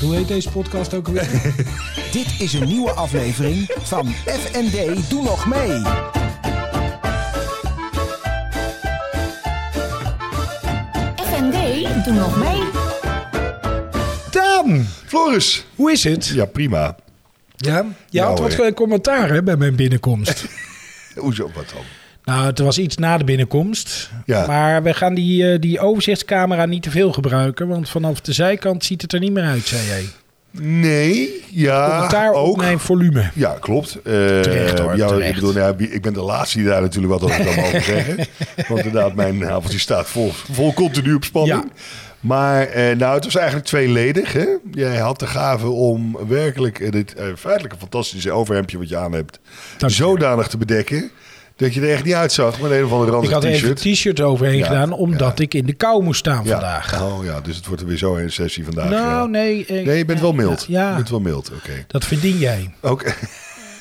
Hoe heet deze podcast ook alweer? Dit is een nieuwe aflevering van FND Doe Nog Mee. FND, doe nog mee. Daan, Floris. Hoe is het? Ja, prima. Ja? Je Nou, had wat eh. eh, commentaar hè, bij mijn binnenkomst. Hoezo, wat dan? nou, het was iets na de binnenkomst. Ja. Maar we gaan die, eh, die overzichtscamera niet te veel gebruiken. Want vanaf de zijkant ziet het er niet meer uit, zei jij. Nee, ja, Commentaar Ah, ook. op mijn volume. Ja, klopt. Eh, Terecht, hoor, ja, terecht. Ik, bedoel, nou ja, ik ben de laatste die daar natuurlijk wat over kan mogen zeggen. Want inderdaad, mijn avondje staat vol, vol continu op spanning. Ja. Maar eh, nou, het was eigenlijk tweeledig. Hè? Jij had de gave om werkelijk eh, dit eh, feitelijke fantastische overhemdje wat je aan hebt... Dank je. zodanig te bedekken dat je er echt niet uitzag met een of andere Ik had randig even een t-shirt. t-shirt overheen Ja, gedaan, omdat ik in de kou moest staan ja. vandaag. Oh ja, dus het wordt er weer zo een sessie vandaag. ja. Nou, nee. eh, Nee, je bent wel mild. Ja, Je bent wel mild, oké. dat verdien jij. Oké.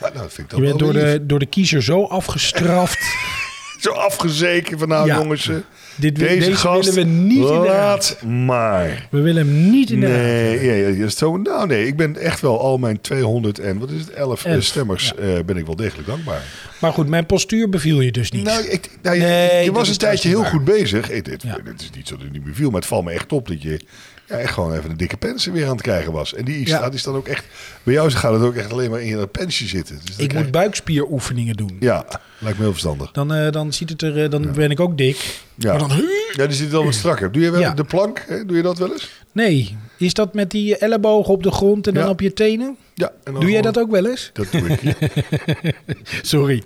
nou, dat vind ik dan Je bent wel door weer lief. de, door de kiezer zo afgestraft. Zo afgezeken van nou Ja. jongens. eh, Dit, wil- Deze, deze gast willen we niet in de raad. laat maar. We willen hem niet in de raad. Nee, ja, ja, ja, zo, nou nee, ik ben echt wel al mijn 200 en wat is het, 11 eh, Elf, stemmers eh, ben ik wel degelijk dankbaar. Maar goed, mijn postuur beviel je dus niet. Nou, ik, nou, je- Nee, je dat was een is thuis tijdje niet heel waar. goed bezig. Eh, Het, het, Ja. het is niet zo dat het niet meer viel, maar het valt me echt op dat je ja, echt gewoon even een dikke pensen weer aan het krijgen was. En die Ja. staat is dan ook echt, bij jou gaat het ook echt alleen maar in dat pensje zitten. Dus dan ik krijg- moet buikspieroefeningen doen. Ja, lijkt me heel verstandig. Dan, eh, dan, ziet het er, eh, dan ben ik ook dik. Ja. Maar dan, Ja, die zit wel wat strakker. Doe je wel Ja. de plank? Hè? Doe je dat wel eens? nee, is dat met die ellebogen op de grond en dan Ja. op je tenen? Ja. en dan Doe jij gewoon- dat ook wel eens? Dat doe ik. ja. Sorry.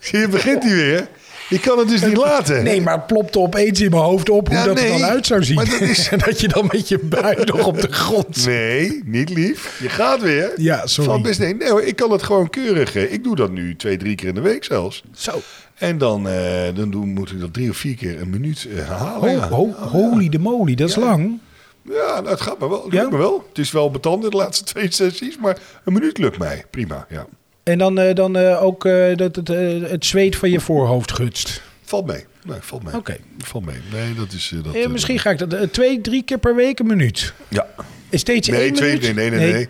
Zie je, begint hij weer. Ik kan het dus niet laten. Nee, maar het plopte opeens in mijn hoofd op hoe Ja, dat nee, er dan uit zou zien. maar dat is- en dat je dan met je buik nog op de grond zit. Nee, niet lief. Je gaat weer. Ja, sorry. Van best nee. Nee hoor, ik kan het gewoon keurig. hè. Ik doe dat nu twee, drie keer in de week zelfs. Zo. En dan, eh, dan doen, moet ik dat drie of vier keer een minuut eh, herhalen. Ho- ja. ho- holy de moly, dat is lang. Ja, nou, het gaat me wel. Het Ja? lukt me wel. Het is wel betanden de laatste twee sessies, maar een minuut lukt mij. Prima, ja. En dan, eh, dan eh, ook eh, dat het, eh, het zweet van je voorhoofd gutst. Valt mee. Nee, valt mee. Oké. Valt mee. Nee, dat is... eh, dat, Eh, eh, misschien ga ik dat eh, twee, drie keer per week een minuut. Ja. Eh, Steeds Nee, één twee, minuut? nee, nee, nee, nee.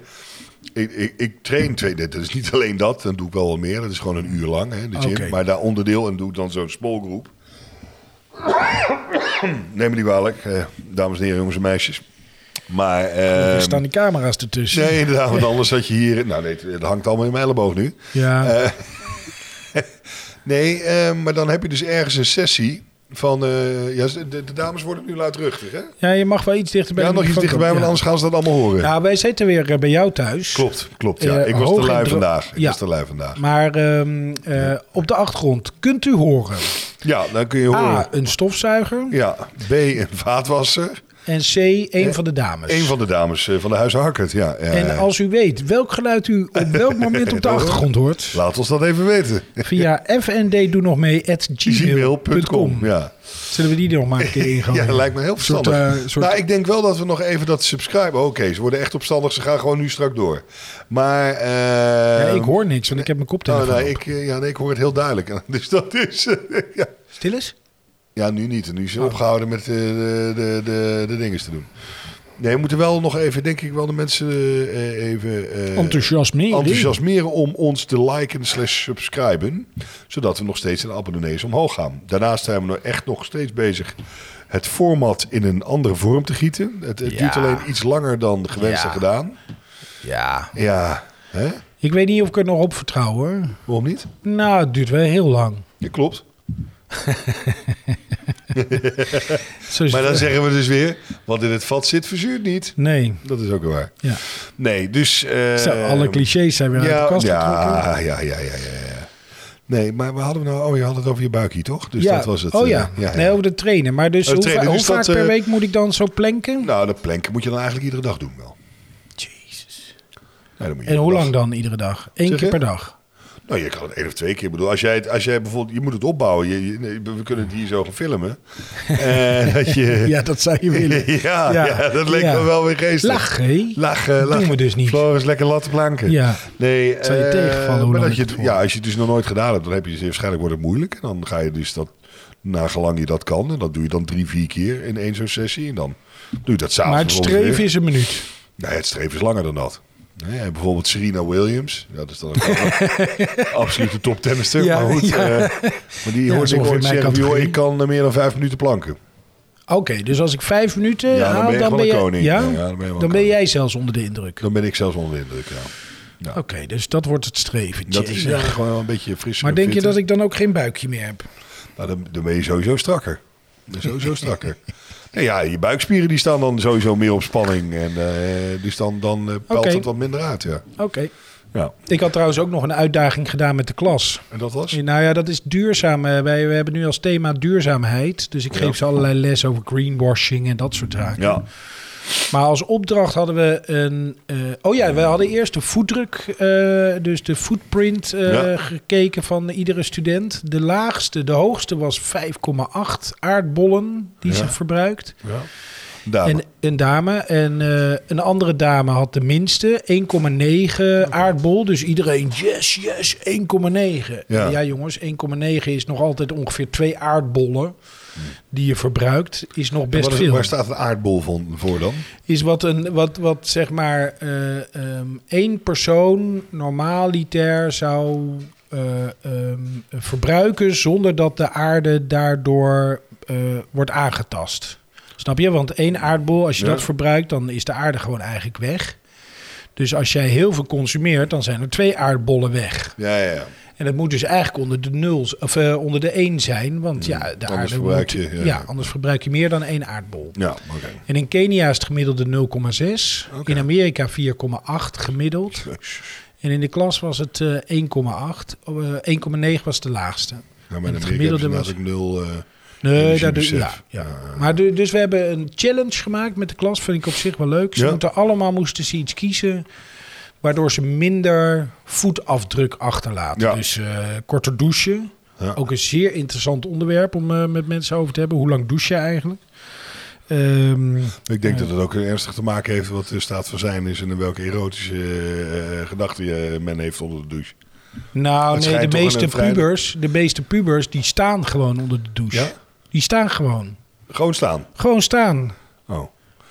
Ik, ik, ik train twee, dat is niet alleen dat, dan doe ik wel wat meer. Dat is gewoon een uur lang, hè, de gym. Oké. Maar daar onderdeel en doe ik dan zo'n smallgroep. Neem me niet kwalijk, eh, dames en heren, jongens en meisjes. Maar, eh, Er staan die camera's ertussen. nee, inderdaad, want anders had je hier... Nou, nee, het, het hangt allemaal in mijn elleboog nu. Ja, Eh, nee, eh, maar dan heb je dus ergens een sessie van... eh, ja, de, de dames worden nu luidruchtig, hè? ja, je mag wel iets dichter bij Ja, de nog iets microfoon dichterbij, komen. want anders gaan ze dat allemaal horen. Ja. Nou, wij zitten weer eh, bij jou thuis. Klopt, klopt. Ja. Eh, ik was hoog te en lui dro- vandaag. Ik Ja. was te lui vandaag. Maar ehm, eh, op de achtergrond kunt u horen. Ja, dan kun je horen. A, een stofzuiger. Ja, B, een vaatwasser. En C, een van de dames. Eén van de dames eh, van de huizen Hakkert. Ja, eh, En als u weet welk geluid u op welk moment op de achtergrond hoort... Laat ons dat even weten. via fnddoenomee.gmail.com. Gmail.com. Ja. Zullen we die er nog maar een keer in gaan ja, leggen? dat lijkt me heel Oh, Een soort, verstandig. eh, soort- Nou, ik denk wel dat we nog even dat subscriben. Oké, ze worden echt opstandig. Ze gaan gewoon nu strak door. Maar... eh, Ja, ik hoor niks, want ik heb mijn nou, koptelefoon nou, op. ik, eh, ja, nee, ik hoor het heel duidelijk. Dus dat is... eh, ja. Stil is? Ja, nu niet. Nu is Ah. ze opgehouden met eh, de, de, de, de dingen te doen. Nee, we moeten wel nog even, denk ik, wel de mensen eh, even eh, Enthousiasmeren. enthousiasmeren om ons te liken slash subscriben. Zodat we nog steeds in abonnees omhoog gaan. Daarnaast zijn we nog echt nog steeds bezig het format in een andere vorm te gieten. Het, het Ja. duurt alleen iets langer dan gewenst Ja. en gedaan. Ja. Ja, hè? Ik weet niet of ik er nog op vertrouw hoor. Waarom niet? Nou, het duurt wel heel lang. Ja, klopt. Zo is Maar het- dan zeggen we dus weer, wat in het vat zit, verzuurt niet. Nee. Dat is ook waar. Ja. Nee, dus... eh, Zo, alle clichés zijn weer uit de kast getrokken. ja, ja, ja, ja, ja, ja. Nee, maar we hadden we nou? Oh, je had het over je buik hier, toch? Dus Ja. dat was het. Oh eh, ja. Nee, over de trainen. Maar dus Oh, de hoe, trainen, va- dus hoe vaak dat, per eh, week moet ik dan zo planken? Nou, de planken moet je dan eigenlijk iedere dag doen wel. Jezus. Ja, dan moet je En hoe iedere lang dag- dan iedere dag? Eén Zeg keer je? per dag. Nou, je kan het één of twee keer. Ik bedoel, als jij, het, als jij bijvoorbeeld... Je moet het opbouwen. Je, je- nee, we kunnen het hier zo gaan filmen. Eh, dat je... Ja, dat zou je willen. ja, Ja. ja, dat leek Ja. me wel weer geestig. Lachen, hè? Lachen, Dat lachen. doen we dus niet. Floris, lekker latte planken. Ja. Nee, Zou je eh, tegenvallen hoe maar lang dat je, het voor- Ja, als je het dus nog nooit gedaan hebt, dan heb je dus, waarschijnlijk wordt het moeilijk. En dan ga je dus dat, nagelang je dat kan, en dat doe je dan drie, vier keer in één zo'n sessie. En dan doe je dat s'avonds. Maar het bijvoorbeeld streven weer. is een minuut. Nee, het streven is langer dan dat. Nee, en bijvoorbeeld Serena Williams. Ja, dat is dan een absolute top tennister. Ja, maar goed, ja. eh, maar die Ja, hoort zo ongeveer ik mijn ooit zeggen, van, joh, categorie. ik kan eh, meer dan vijf minuten planken. Oké, dus als ik vijf minuten Ja, dan haal, ben je dan gewoon ben een je... koning. Ja? Ja, ja, dan ben je wel dan ben koning. jij zelfs onder de indruk. Dan ben ik zelfs onder de indruk, ja. Oké, dus dat wordt het streven. Dat is Jezus. echt gewoon wel een beetje fris. Maar denk je dat ik dan ook geen buikje meer heb? Nou, dan, dan ben je sowieso strakker. Dan ben je sowieso strakker. Nee, ja, je buikspieren die staan dan sowieso meer op spanning. En eh, dus dan, dan eh, pelt Oké. het wat minder uit, ja. Oké. ja. Ik had trouwens ook nog een uitdaging gedaan met de klas. En dat was? Nou ja, dat is duurzaam. eh, Wij we hebben nu als thema duurzaamheid. Dus ik geef Ja. ze allerlei les over greenwashing en dat soort zaken. Ja, Maar als opdracht hadden we een. eh, oh ja, we hadden eerst de voetdruk, eh, dus de footprint eh, Ja. gekeken van iedere student. De laagste, de hoogste was 5,8 aardbollen die Ja. ze verbruikt. ja. Dame. En een dame. En eh, een andere dame had de minste, 1,9 aardbol. Dus iedereen, yes, yes, 1,9. Ja. Ja. ja, jongens, 1,9 is nog altijd ongeveer twee aardbollen die je verbruikt. Is nog best waar, veel. waar staat een aardbol van, voor dan? Is wat, een, wat, wat zeg maar eh, ehm, één persoon normaliter zou eh, ehm, verbruiken zonder dat de aarde daardoor eh, wordt aangetast. Snap je? Want één aardbol, als je Ja. dat verbruikt, dan is de aarde gewoon eigenlijk weg. Dus als jij heel veel consumeert, dan zijn er twee aardbollen weg. Ja, ja, ja. En dat moet dus eigenlijk onder de nuls of eh, onder de één zijn, want ja, de Hmm, anders aarde verbruik moet- je, ja. ja, anders verbruik je meer dan één aardbol. Ja, oké. En in Kenia is het gemiddelde 0,6. Oké. In Amerika 4,8 gemiddeld. En in de klas was het eh, 1,8. Oh, eh, 1,9 was de laagste. Nou, En maar het dan gemiddelde gemiddelde was was- ik nul. eh, Nee, Energie daar doe- besef. ja, ja. Ja. Maar du- dus we hebben een challenge gemaakt met de klas. Vind ik op zich wel leuk. Ze Ja. moeten allemaal moesten ze iets kiezen. Waardoor ze minder voetafdruk achterlaten. Ja. Dus eh, korter douchen. Eh, Ja. Ook een zeer interessant onderwerp om eh, met mensen over te hebben. Hoe lang douche je eigenlijk? Ehm, ik denk dat het ook ernstig te maken heeft wat de staat van zijn is en welke erotische eh, eh, gedachten je- men heeft onder de douche. Nou, Het nee, schijnt de toch meeste, een vrijdag- pubers, de meeste pubers die staan gewoon onder de douche. Ja? Die staan gewoon. Gewoon staan. Gewoon staan. Oh.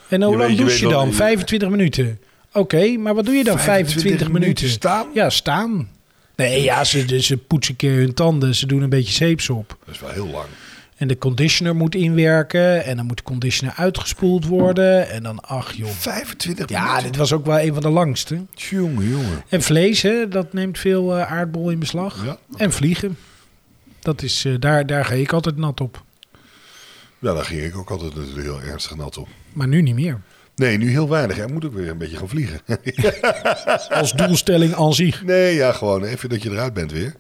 En hoe lang Je weet- je douche je weet wel- dan? je- 25 minuten. Oké, maar wat doe je dan 25, 25 minuten minuten? staan? Ja, staan. Nee, ja, ze, ze poetsen een keer hun tanden. Ze doen een beetje zeeps op. Dat is wel heel lang. En de conditioner moet inwerken. En dan moet de conditioner uitgespoeld worden. En dan, ach joh. 25 Ja, dit was ook wel een van de langste. Jongen, jongen. En vlees, hè, dat neemt veel eh, aardbol in beslag. Ja. En vliegen. Dat is, eh, daar, daar ga ik altijd nat op. Nou, daar ging ik ook altijd natuurlijk heel ernstig nat op. Maar nu niet meer. Nee, nu heel weinig. Hij moet ook weer een beetje gaan vliegen. Als doelstelling aan zich. nee, ja, gewoon even dat je eruit bent weer.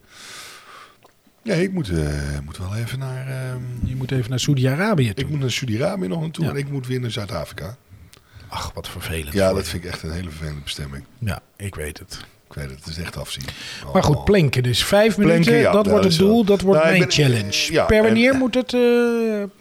Nee, ik moet, eh, moet wel even naar... ehm, Je moet even naar Saudi-Arabië toe. ik moet naar Suriname nog naartoe Ja. en ik moet weer naar Zuid-Afrika. Ach, wat vervelend. Ja, dat vind ik echt een hele vervelende bestemming. Ja, ik weet het. Ik weet het, het is echt afzien. Oh, Maar goed, oh. planken dus. Vijf Planken, minuten, ja, dat ja, wordt dat het is doel. wel- Dat wordt Nou, ik mijn ben- challenge. ja, per en- wanneer moet het... eh,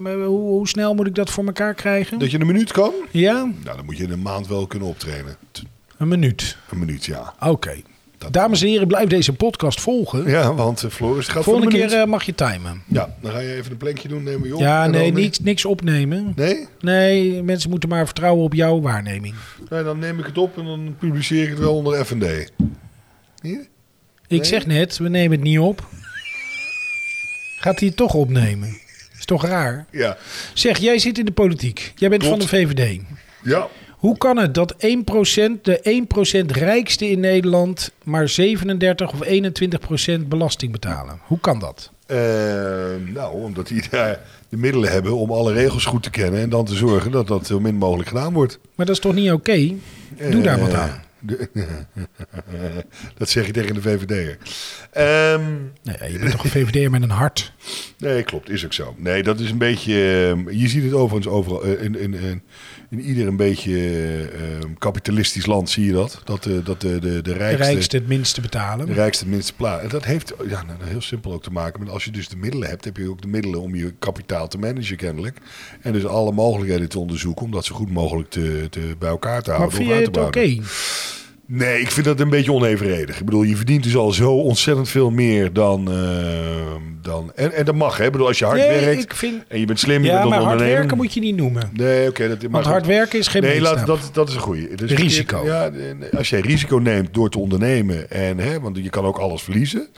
hoe, hoe snel moet ik dat voor elkaar krijgen? Dat je een minuut kan? Ja, Nou, dan moet je in een maand wel kunnen optrainen. T- een minuut. Een minuut, ja. Oké. Dat- Dames en heren, blijf deze podcast volgen. Ja, want eh, Floris gaat Volgende voor een keer minuut. eh, mag je timen. Ja, dan ga je even een plankje doen, nemen we je op. Ja, en nee, dan eh, weer- niks, niks opnemen. Nee? Nee, mensen moeten maar vertrouwen op jouw waarneming. Nou, dan neem ik het op en dan publiceer ik het wel onder F&D. Hier? Ik zeg net, we nemen het niet op. Gaat hij het toch opnemen? Is toch raar? Ja. Zeg, jij zit in de politiek. Jij bent Klopt. van de VVD. Ja. Hoe kan het dat 1% de 1% rijkste in Nederland maar 37 of 21% belasting betalen? Hoe kan dat? Eh, nou, omdat die daar de middelen hebben om alle regels goed te kennen en dan te zorgen dat dat zo min mogelijk gedaan wordt. Maar dat is toch niet oké? Doe daar wat Eh. aan. De- dat zeg je tegen de VVD'er. Ehm Nee, je bent toch een VVD'er met een hart? Nee, klopt. Is ook zo. Nee, dat is een beetje... ehm, je ziet het overigens overal. eh, in, in, in, in ieder een beetje ehm, kapitalistisch land zie je dat. Dat, eh, dat de, de, de De rijkste... rijkste het minste betalen. De rijkste het minste plaats. En dat heeft ja, nou, heel simpel ook te maken met als je dus de middelen hebt, heb je ook de middelen om je kapitaal te managen kennelijk. En dus alle mogelijkheden te onderzoeken om dat zo goed mogelijk te, te, bij elkaar te Maar houden. vind om je uit het te oké? bouwen. Nee, ik vind dat een beetje onevenredig. Ik bedoel, je verdient dus al zo ontzettend veel meer dan... eh, dan en, en dat mag, hè? Ik bedoel, als je hard nee, werkt ik vind... en je bent slim, je Ja, bent maar een hard ondernemer... werken moet je niet noemen. Nee, oké. dat maar Want goed. hard werken is geen Nee, laat, maatstaf. dat, dat is een goeie. Het is verkeerd. Risico. Ja, eh, als jij risico neemt door te ondernemen, en, hè, want je kan ook alles verliezen.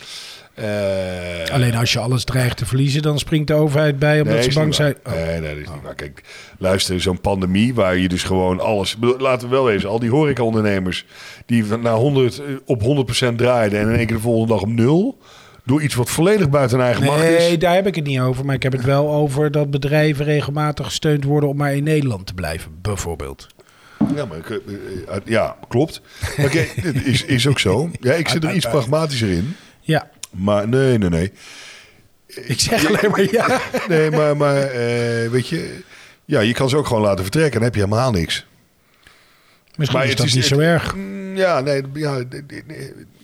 Eh, Alleen als je alles dreigt te verliezen, dan springt de overheid bij omdat nee, ze is bang niet zijn. Oh, waar. Nee, nee, dat is niet waar. Kijk, luister, zo'n pandemie waar je dus gewoon alles... Ik bedoel, Laten we wel wezen, al die horecaondernemers die na 100, eh, op 100% draaiden... en in één keer de volgende dag op nul... door iets wat volledig buiten hun eigen macht is... Nee, daar heb ik het niet over. Maar ik heb het wel over dat bedrijven regelmatig gesteund worden om maar in Nederland te blijven, bijvoorbeeld. Ja, maar, ik, eh, eh, eh, ja klopt. Maar kijk, dit is, is ook zo. Ja, ik zit er iets pragmatischer in. Ja, Maar nee, nee, nee. ik zeg alleen maar ja. Nee, maar, maar eh, weet je... Ja, je kan ze ook gewoon laten vertrekken. Dan heb je helemaal niks. Misschien Maar is het dat is- niet zo het- erg. Mm, Ja, nee, ja, d- d- d-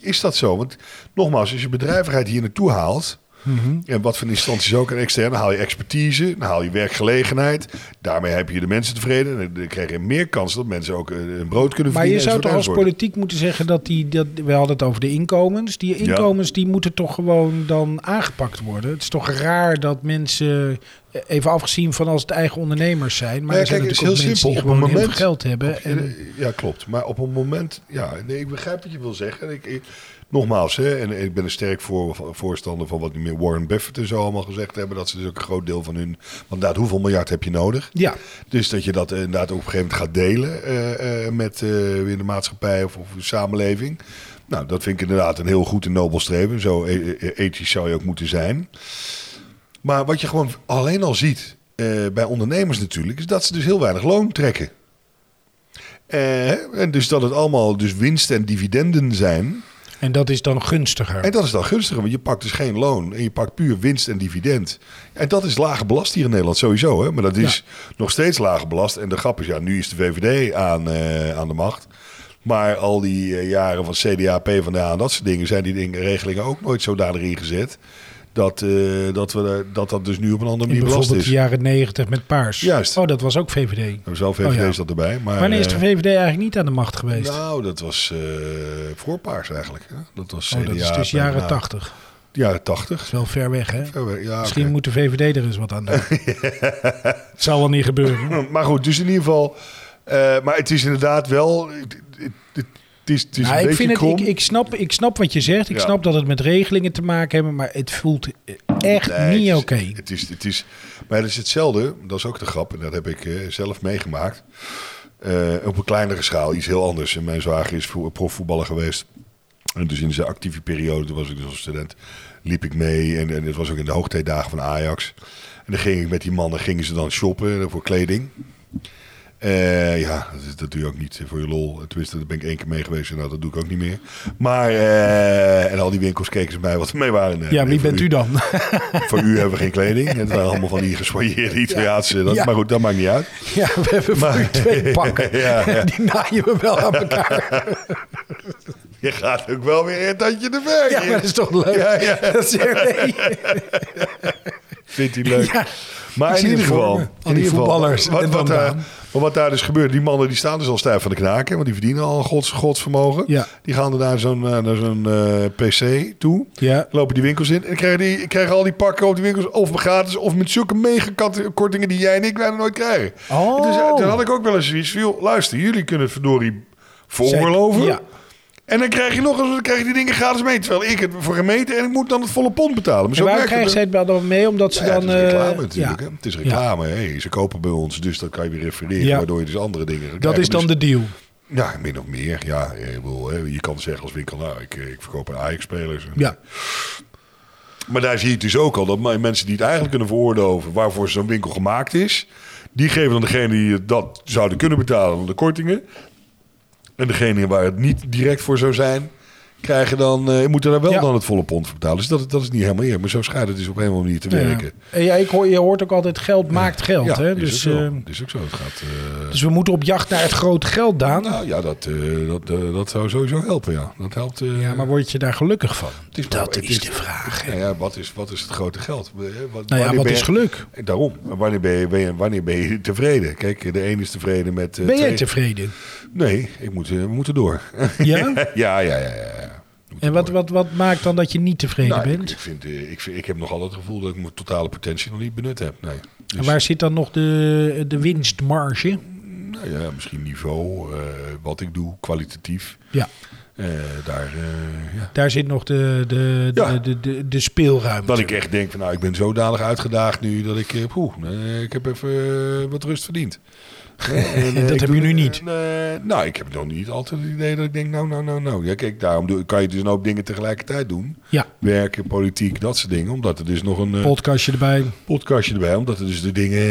is dat zo? Want nogmaals, als je bedrijvigheid hier naartoe haalt... Mhm. En wat voor instanties ook en extern, dan haal je expertise, dan haal je werkgelegenheid. Daarmee heb je de mensen tevreden. En dan krijg je meer kans dat mensen ook eh, hun brood kunnen verdienen. Maar je zou enzovoort, toch als enzovoort. politiek moeten zeggen dat die, dat, we hadden het over de inkomens. Die inkomens die moeten toch gewoon dan aangepakt worden. Het is toch raar dat mensen, eh, even afgezien van als het eigen ondernemers zijn, maar Ja, er zijn kijk, het is natuurlijk ook heel mensen die simpel. Op gewoon het heel veel moment- geld hebben. En, Eh, Ja, klopt. Maar op een moment, ja, nee, ik begrijp wat je wil zeggen. En Ik, ik- nogmaals, hè, en ik ben een sterk voor, voorstander van wat die meer Warren Buffett en zo allemaal gezegd hebben. Dat ze dus ook een groot deel van hun. Want inderdaad, hoeveel miljard heb je nodig? ja, Dus dat je dat eh, inderdaad ook op een gegeven moment gaat delen eh, eh, met eh, weer de maatschappij of, of de samenleving. Nou, dat vind ik inderdaad een heel goed en nobel streven. Zo e- e- ethisch zou je ook moeten zijn. Maar wat je gewoon alleen al ziet eh, bij ondernemers natuurlijk, is dat ze dus heel weinig loon trekken. Eh, en dus dat het allemaal dus winsten en dividenden zijn. en dat is dan gunstiger. En dat is dan gunstiger, want je pakt dus geen loon en je pakt puur winst en dividend. En dat is laag belast hier in Nederland sowieso, hè? maar dat is nog steeds laag belast. En de grap is, ja, nu is de VVD aan, eh, aan de macht. Maar al die eh, jaren van CDA, PvdA en dat soort dingen zijn die dingen, regelingen ook nooit zodanig ingezet. Dat, eh, dat, we, eh, dat dat dus nu op een andere In manier belast bijvoorbeeld is. de jaren negentig met paars. Juist. Oh, dat was ook VVD. Nou, zelf VVD Oh, ja. is dat erbij. Maar, Wanneer is de eh, VVD eigenlijk niet aan de macht geweest? Nou, dat was eh voorpaars eigenlijk. Hè? Dat was CDA, oh, dat is dus jaren PvdA. tachtig. Dat Jaren 80. is wel ver weg, hè? Ja, we- Misschien ja, nou. oké. moet de VVD er eens wat aan doen. Het zal wel niet gebeuren. Maar goed, dus in ieder geval. eh, maar het is inderdaad wel. Het, het- het is, het is Nou, een ik, beetje vind het, krom. ik, ik, snap, ik snap wat je zegt. Ik Ja. snap dat het met regelingen te maken hebben. Maar het voelt echt Nee, het niet is- oké. Het is, het is, maar het is hetzelfde. Dat is ook de grap. En dat heb ik eh, zelf meegemaakt. Eh, op een kleinere schaal, iets heel anders. En mijn zwager is vo- profvoetballer geweest. En dus in zijn actieve periode, toen was ik dus als student, liep ik mee. En, en het was ook in de hoogtijdagen van Ajax. En dan ging ik met die mannen, gingen ze dan shoppen voor kleding. Eh, ja, dat, is, dat doe je ook niet eh, voor je lol. Tenminste, daar ben ik één keer mee geweest. en Nou, dat doe ik ook niet meer. Maar, eh, en al die winkels keken ze mij wat er mee waren. Eh, ja, wie nee, voor bent u dan? voor u hebben we geen kleding. Het waren allemaal van die gespoilleerde Italiaanse. Dat, Ja. Maar goed, dat maakt niet uit. ja, we hebben voor u twee pakken. Ja, ja. Die naaien we wel aan elkaar. Je gaat ook wel weer een tandje te ver. Ja, maar dat is toch leuk? Ja, ja. Dat is echt- nee. Vindt hij leuk. Ja, ik maar in zie ieder het voor geval. me. in Al die ieder geval, voetballers Wat, en wat, Van daar, Daan. maar wat daar dus gebeurt. Die mannen die staan dus al stijf van de knaken. Want die verdienen al een gods, godsvermogen. Ja. Die gaan er naar zo'n, eh, naar zo'n eh, PC toe. Ja. Lopen die winkels in. En krijgen, die, krijgen al die pakken op die winkels. Of gratis. Of met zulke megakortingen die jij en ik bijna nooit krijgen. Oh. En Toen, zei- toen had ik ook wel eens zoiets van, joh, luister, jullie kunnen het verdorie voorgeloven. Ja. En dan krijg je nog eens dan krijg je die dingen gratis mee. Terwijl ik het voor gemeten en ik moet dan het volle pond betalen. Maar zo En waarom werkt het krijgen dus. zij het wel dan mee? Omdat ze ja, dan... het is eh, reclame natuurlijk. ja. Hè? Het is reclame. Hey, ze kopen bij ons, dus dan kan je weer refereren. Ja. Waardoor je dus andere dingen gaat Dat krijgen. is dan Dus- de deal. Ja, min of meer. Ja, ik bedoel, hè, je kan zeggen als winkel, nou, ik, ik verkoop aan Ajax-spelers. Ja. Maar daar zie je het dus ook al. Dat maar mensen die het eigenlijk kunnen veroorloven waarvoor zo'n winkel gemaakt is. Die geven dan degene die het dat zouden kunnen betalen de kortingen. En degene waar het niet direct voor zou zijn. krijgen dan, eh moeten daar wel Ja. dan het volle pond voor betalen. Dus dat, dat is niet helemaal eerlijk. Maar zo schijnt het dus op een of andere manier te werken. Ja. Ja, ik hoor, je hoort ook altijd geld maakt geld. Ja, hè? is Dus, ook zo. eh, Dat is ook zo. Het gaat, eh, dus we moeten op jacht naar het grote geld, Daan. nou ja, dat, eh, dat, eh, dat zou sowieso helpen, ja. Dat helpt... eh, Ja, maar word je daar gelukkig van? het is- dat het is de vraag, hè. Nou ja, wat is, wat is het grote geld? Eh, Wat, Nou ja, wanneer wat ben is je- Eh, geluk? Daarom. Wanneer ben, je, ben je- wanneer ben je tevreden? Kijk, de een is tevreden met... eh, Ben jij twee- tevreden? Nee, ik moet, eh, we moeten door. Ja? ja, ja, ja, ja, ja. We moeten En wat, door. wat, wat maakt dan dat je niet tevreden Nou, ik- bent? Ik, vind, eh, ik, vind- ik heb nog altijd het gevoel dat ik mijn totale potentie nog niet benut heb. Nee. Dus, En waar zit dan nog de, de winstmarge? nou ja, misschien niveau, eh, wat ik doe, kwalitatief. Ja, Eh, daar, eh, ja. daar zit nog de, de, de, Ja. de, de, de speelruimte. Dat ik echt denk van nou, ik ben zodanig uitgedaagd nu dat ik, eh, poeh, eh, ik heb even eh, wat rust verdiend. En, eh, Dat ik heb doe- je nu niet. en, eh, nou, ik heb nog niet altijd het idee dat ik denk, nou, nou, nou, nou. Ja, kijk, daarom doe- kan je dus een hoop dingen tegelijkertijd doen. Ja, Werken, politiek, dat soort dingen. Omdat er dus nog een... eh, podcastje erbij. podcastje erbij, omdat er dus de dingen eh,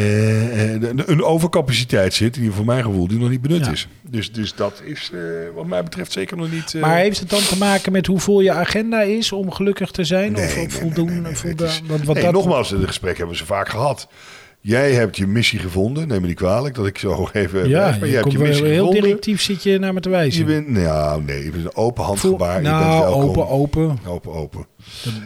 de- een overcapaciteit zit, in ieder geval mijn gevoel, die nog niet benut Ja. is. Dus, dus dat is eh, wat mij betreft zeker nog niet. eh, Maar heeft het dan te maken met hoe vol je agenda is om gelukkig te zijn? nee, of nee, of nee, voldoen? nee, nee, nee, volda- het is- want, want nee, dat, Nogmaals, het gesprek hebben we ze vaak gehad. Jij hebt je missie gevonden, neem me niet kwalijk dat ik zo even. Ja, eh, maar je, jij hebt komt je wel missie heel gevonden. directief zit je naar me te wijzen. Je bent, nou nee, je bent een open handgebaar. nou, je bent welkom. open, open. Open, open.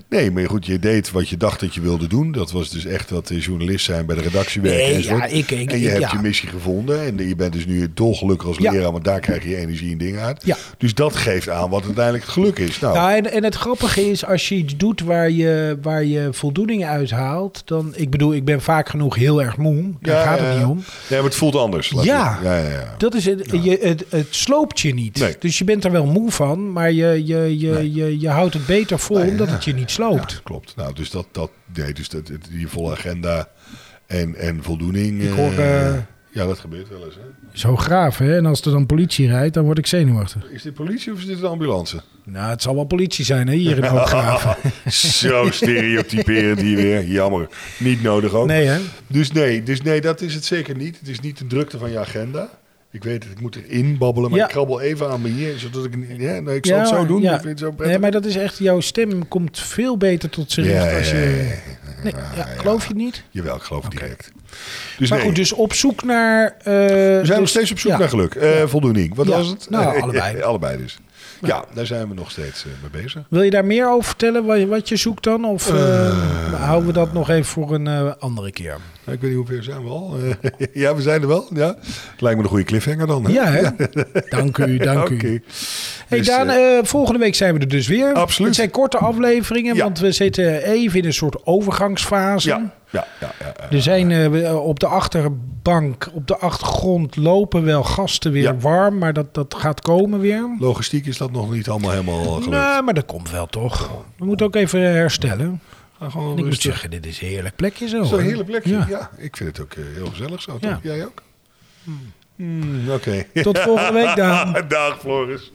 Nee, maar goed, je deed wat je dacht dat je wilde doen. Dat was dus echt dat eh, journalist zijn bij de redactie werken. Nee, enzovoort. ja, ik- ik- en je ik- ja. hebt je missie gevonden. En je bent dus nu dolgelukkig als Ja. leraar, want daar krijg je energie en dingen uit. Ja. Dus dat geeft aan wat uiteindelijk het geluk is. Nou, Nou, en, en het grappige is, als je iets doet waar je, waar je voldoening uit haalt, dan, ik bedoel, ik ben vaak genoeg heel erg moe, daar ja, gaat het ja. niet om. Nee, maar het voelt anders. laat Ja. ik- ja, ja, ja. Dat is het, je, het, het sloopt je niet. Nee. Dus je bent er wel moe van, maar je, je, je, je, je houdt het beter vol Nee, omdat ja. het je niet sloopt. Ja, klopt. Nou, dus dat, dat nee, dus dat, het- die volle agenda en, en voldoening. Ik hoor, eh, eh, ja, dat gebeurt wel eens. Hè? Zo graaf, hè? En als er dan politie rijdt, dan word ik zenuwachtig. Is dit politie of is dit een ambulance? Nou, het zal wel politie zijn, hè? Hier in Hooggraaf. Zo stereotyperend hier weer. Jammer. Niet nodig ook. Nee, hè? Dus, nee, dus nee, dat is het zeker niet. Het is niet de drukte van je agenda. Ik weet het, ik moet erin babbelen, maar Ja. ik krabbel even aan mijn hier, zodat ik... niet- Ja, nou, ik zal het Ja, zo doen, ja. ik vind het zo Nee, prettig. maar dat is echt, jouw stem komt veel beter tot zijn Ja, recht als je... ja, ja, ja. Nee, ja, geloof je het niet? Jawel, ik geloof direct. Dus maar nee, goed, dus op zoek naar... eh, we zijn nog steeds op zoek ja. naar geluk. Eh, Voldoening, wat Ja. was het? Eh, Nou, allebei. allebei dus. Ja, daar zijn we nog steeds eh, mee bezig. Wil je daar meer over vertellen, wat, wat je zoekt dan? Of eh, houden we dat nog even voor een eh, andere keer? Nou, ik weet niet hoeveel zijn we al. Eh, ja, we zijn er wel. Ja. Het lijkt me een goede cliffhanger dan. Hè? Ja, hè? Dank u, dank u. Oké. Hey Dus, Daan, eh, eh, volgende week zijn we er dus weer. Absoluut. Het zijn korte afleveringen, Ja. want we zitten even in een soort overgangsfase. ja, ja, ja, ja, ja. Er zijn eh, we- eh, op de achterbank, op de achtergrond lopen wel gasten weer Ja. warm, maar dat, dat gaat komen weer. Logistiek is dat nog niet allemaal helemaal eh, gelukt. Nee, maar dat komt wel toch. We moeten ook even herstellen. Ga gewoon Ik moet rustig. zeggen, dit is een heerlijk plekje zo. Het is wel een hè? heerlijk plekje. Ja. Ja. ik vind het ook eh, heel gezellig zo. Ja. Toch? Jij ook? Hmm, Oké. Ah, Tot volgende week, Daan. Dag Floris.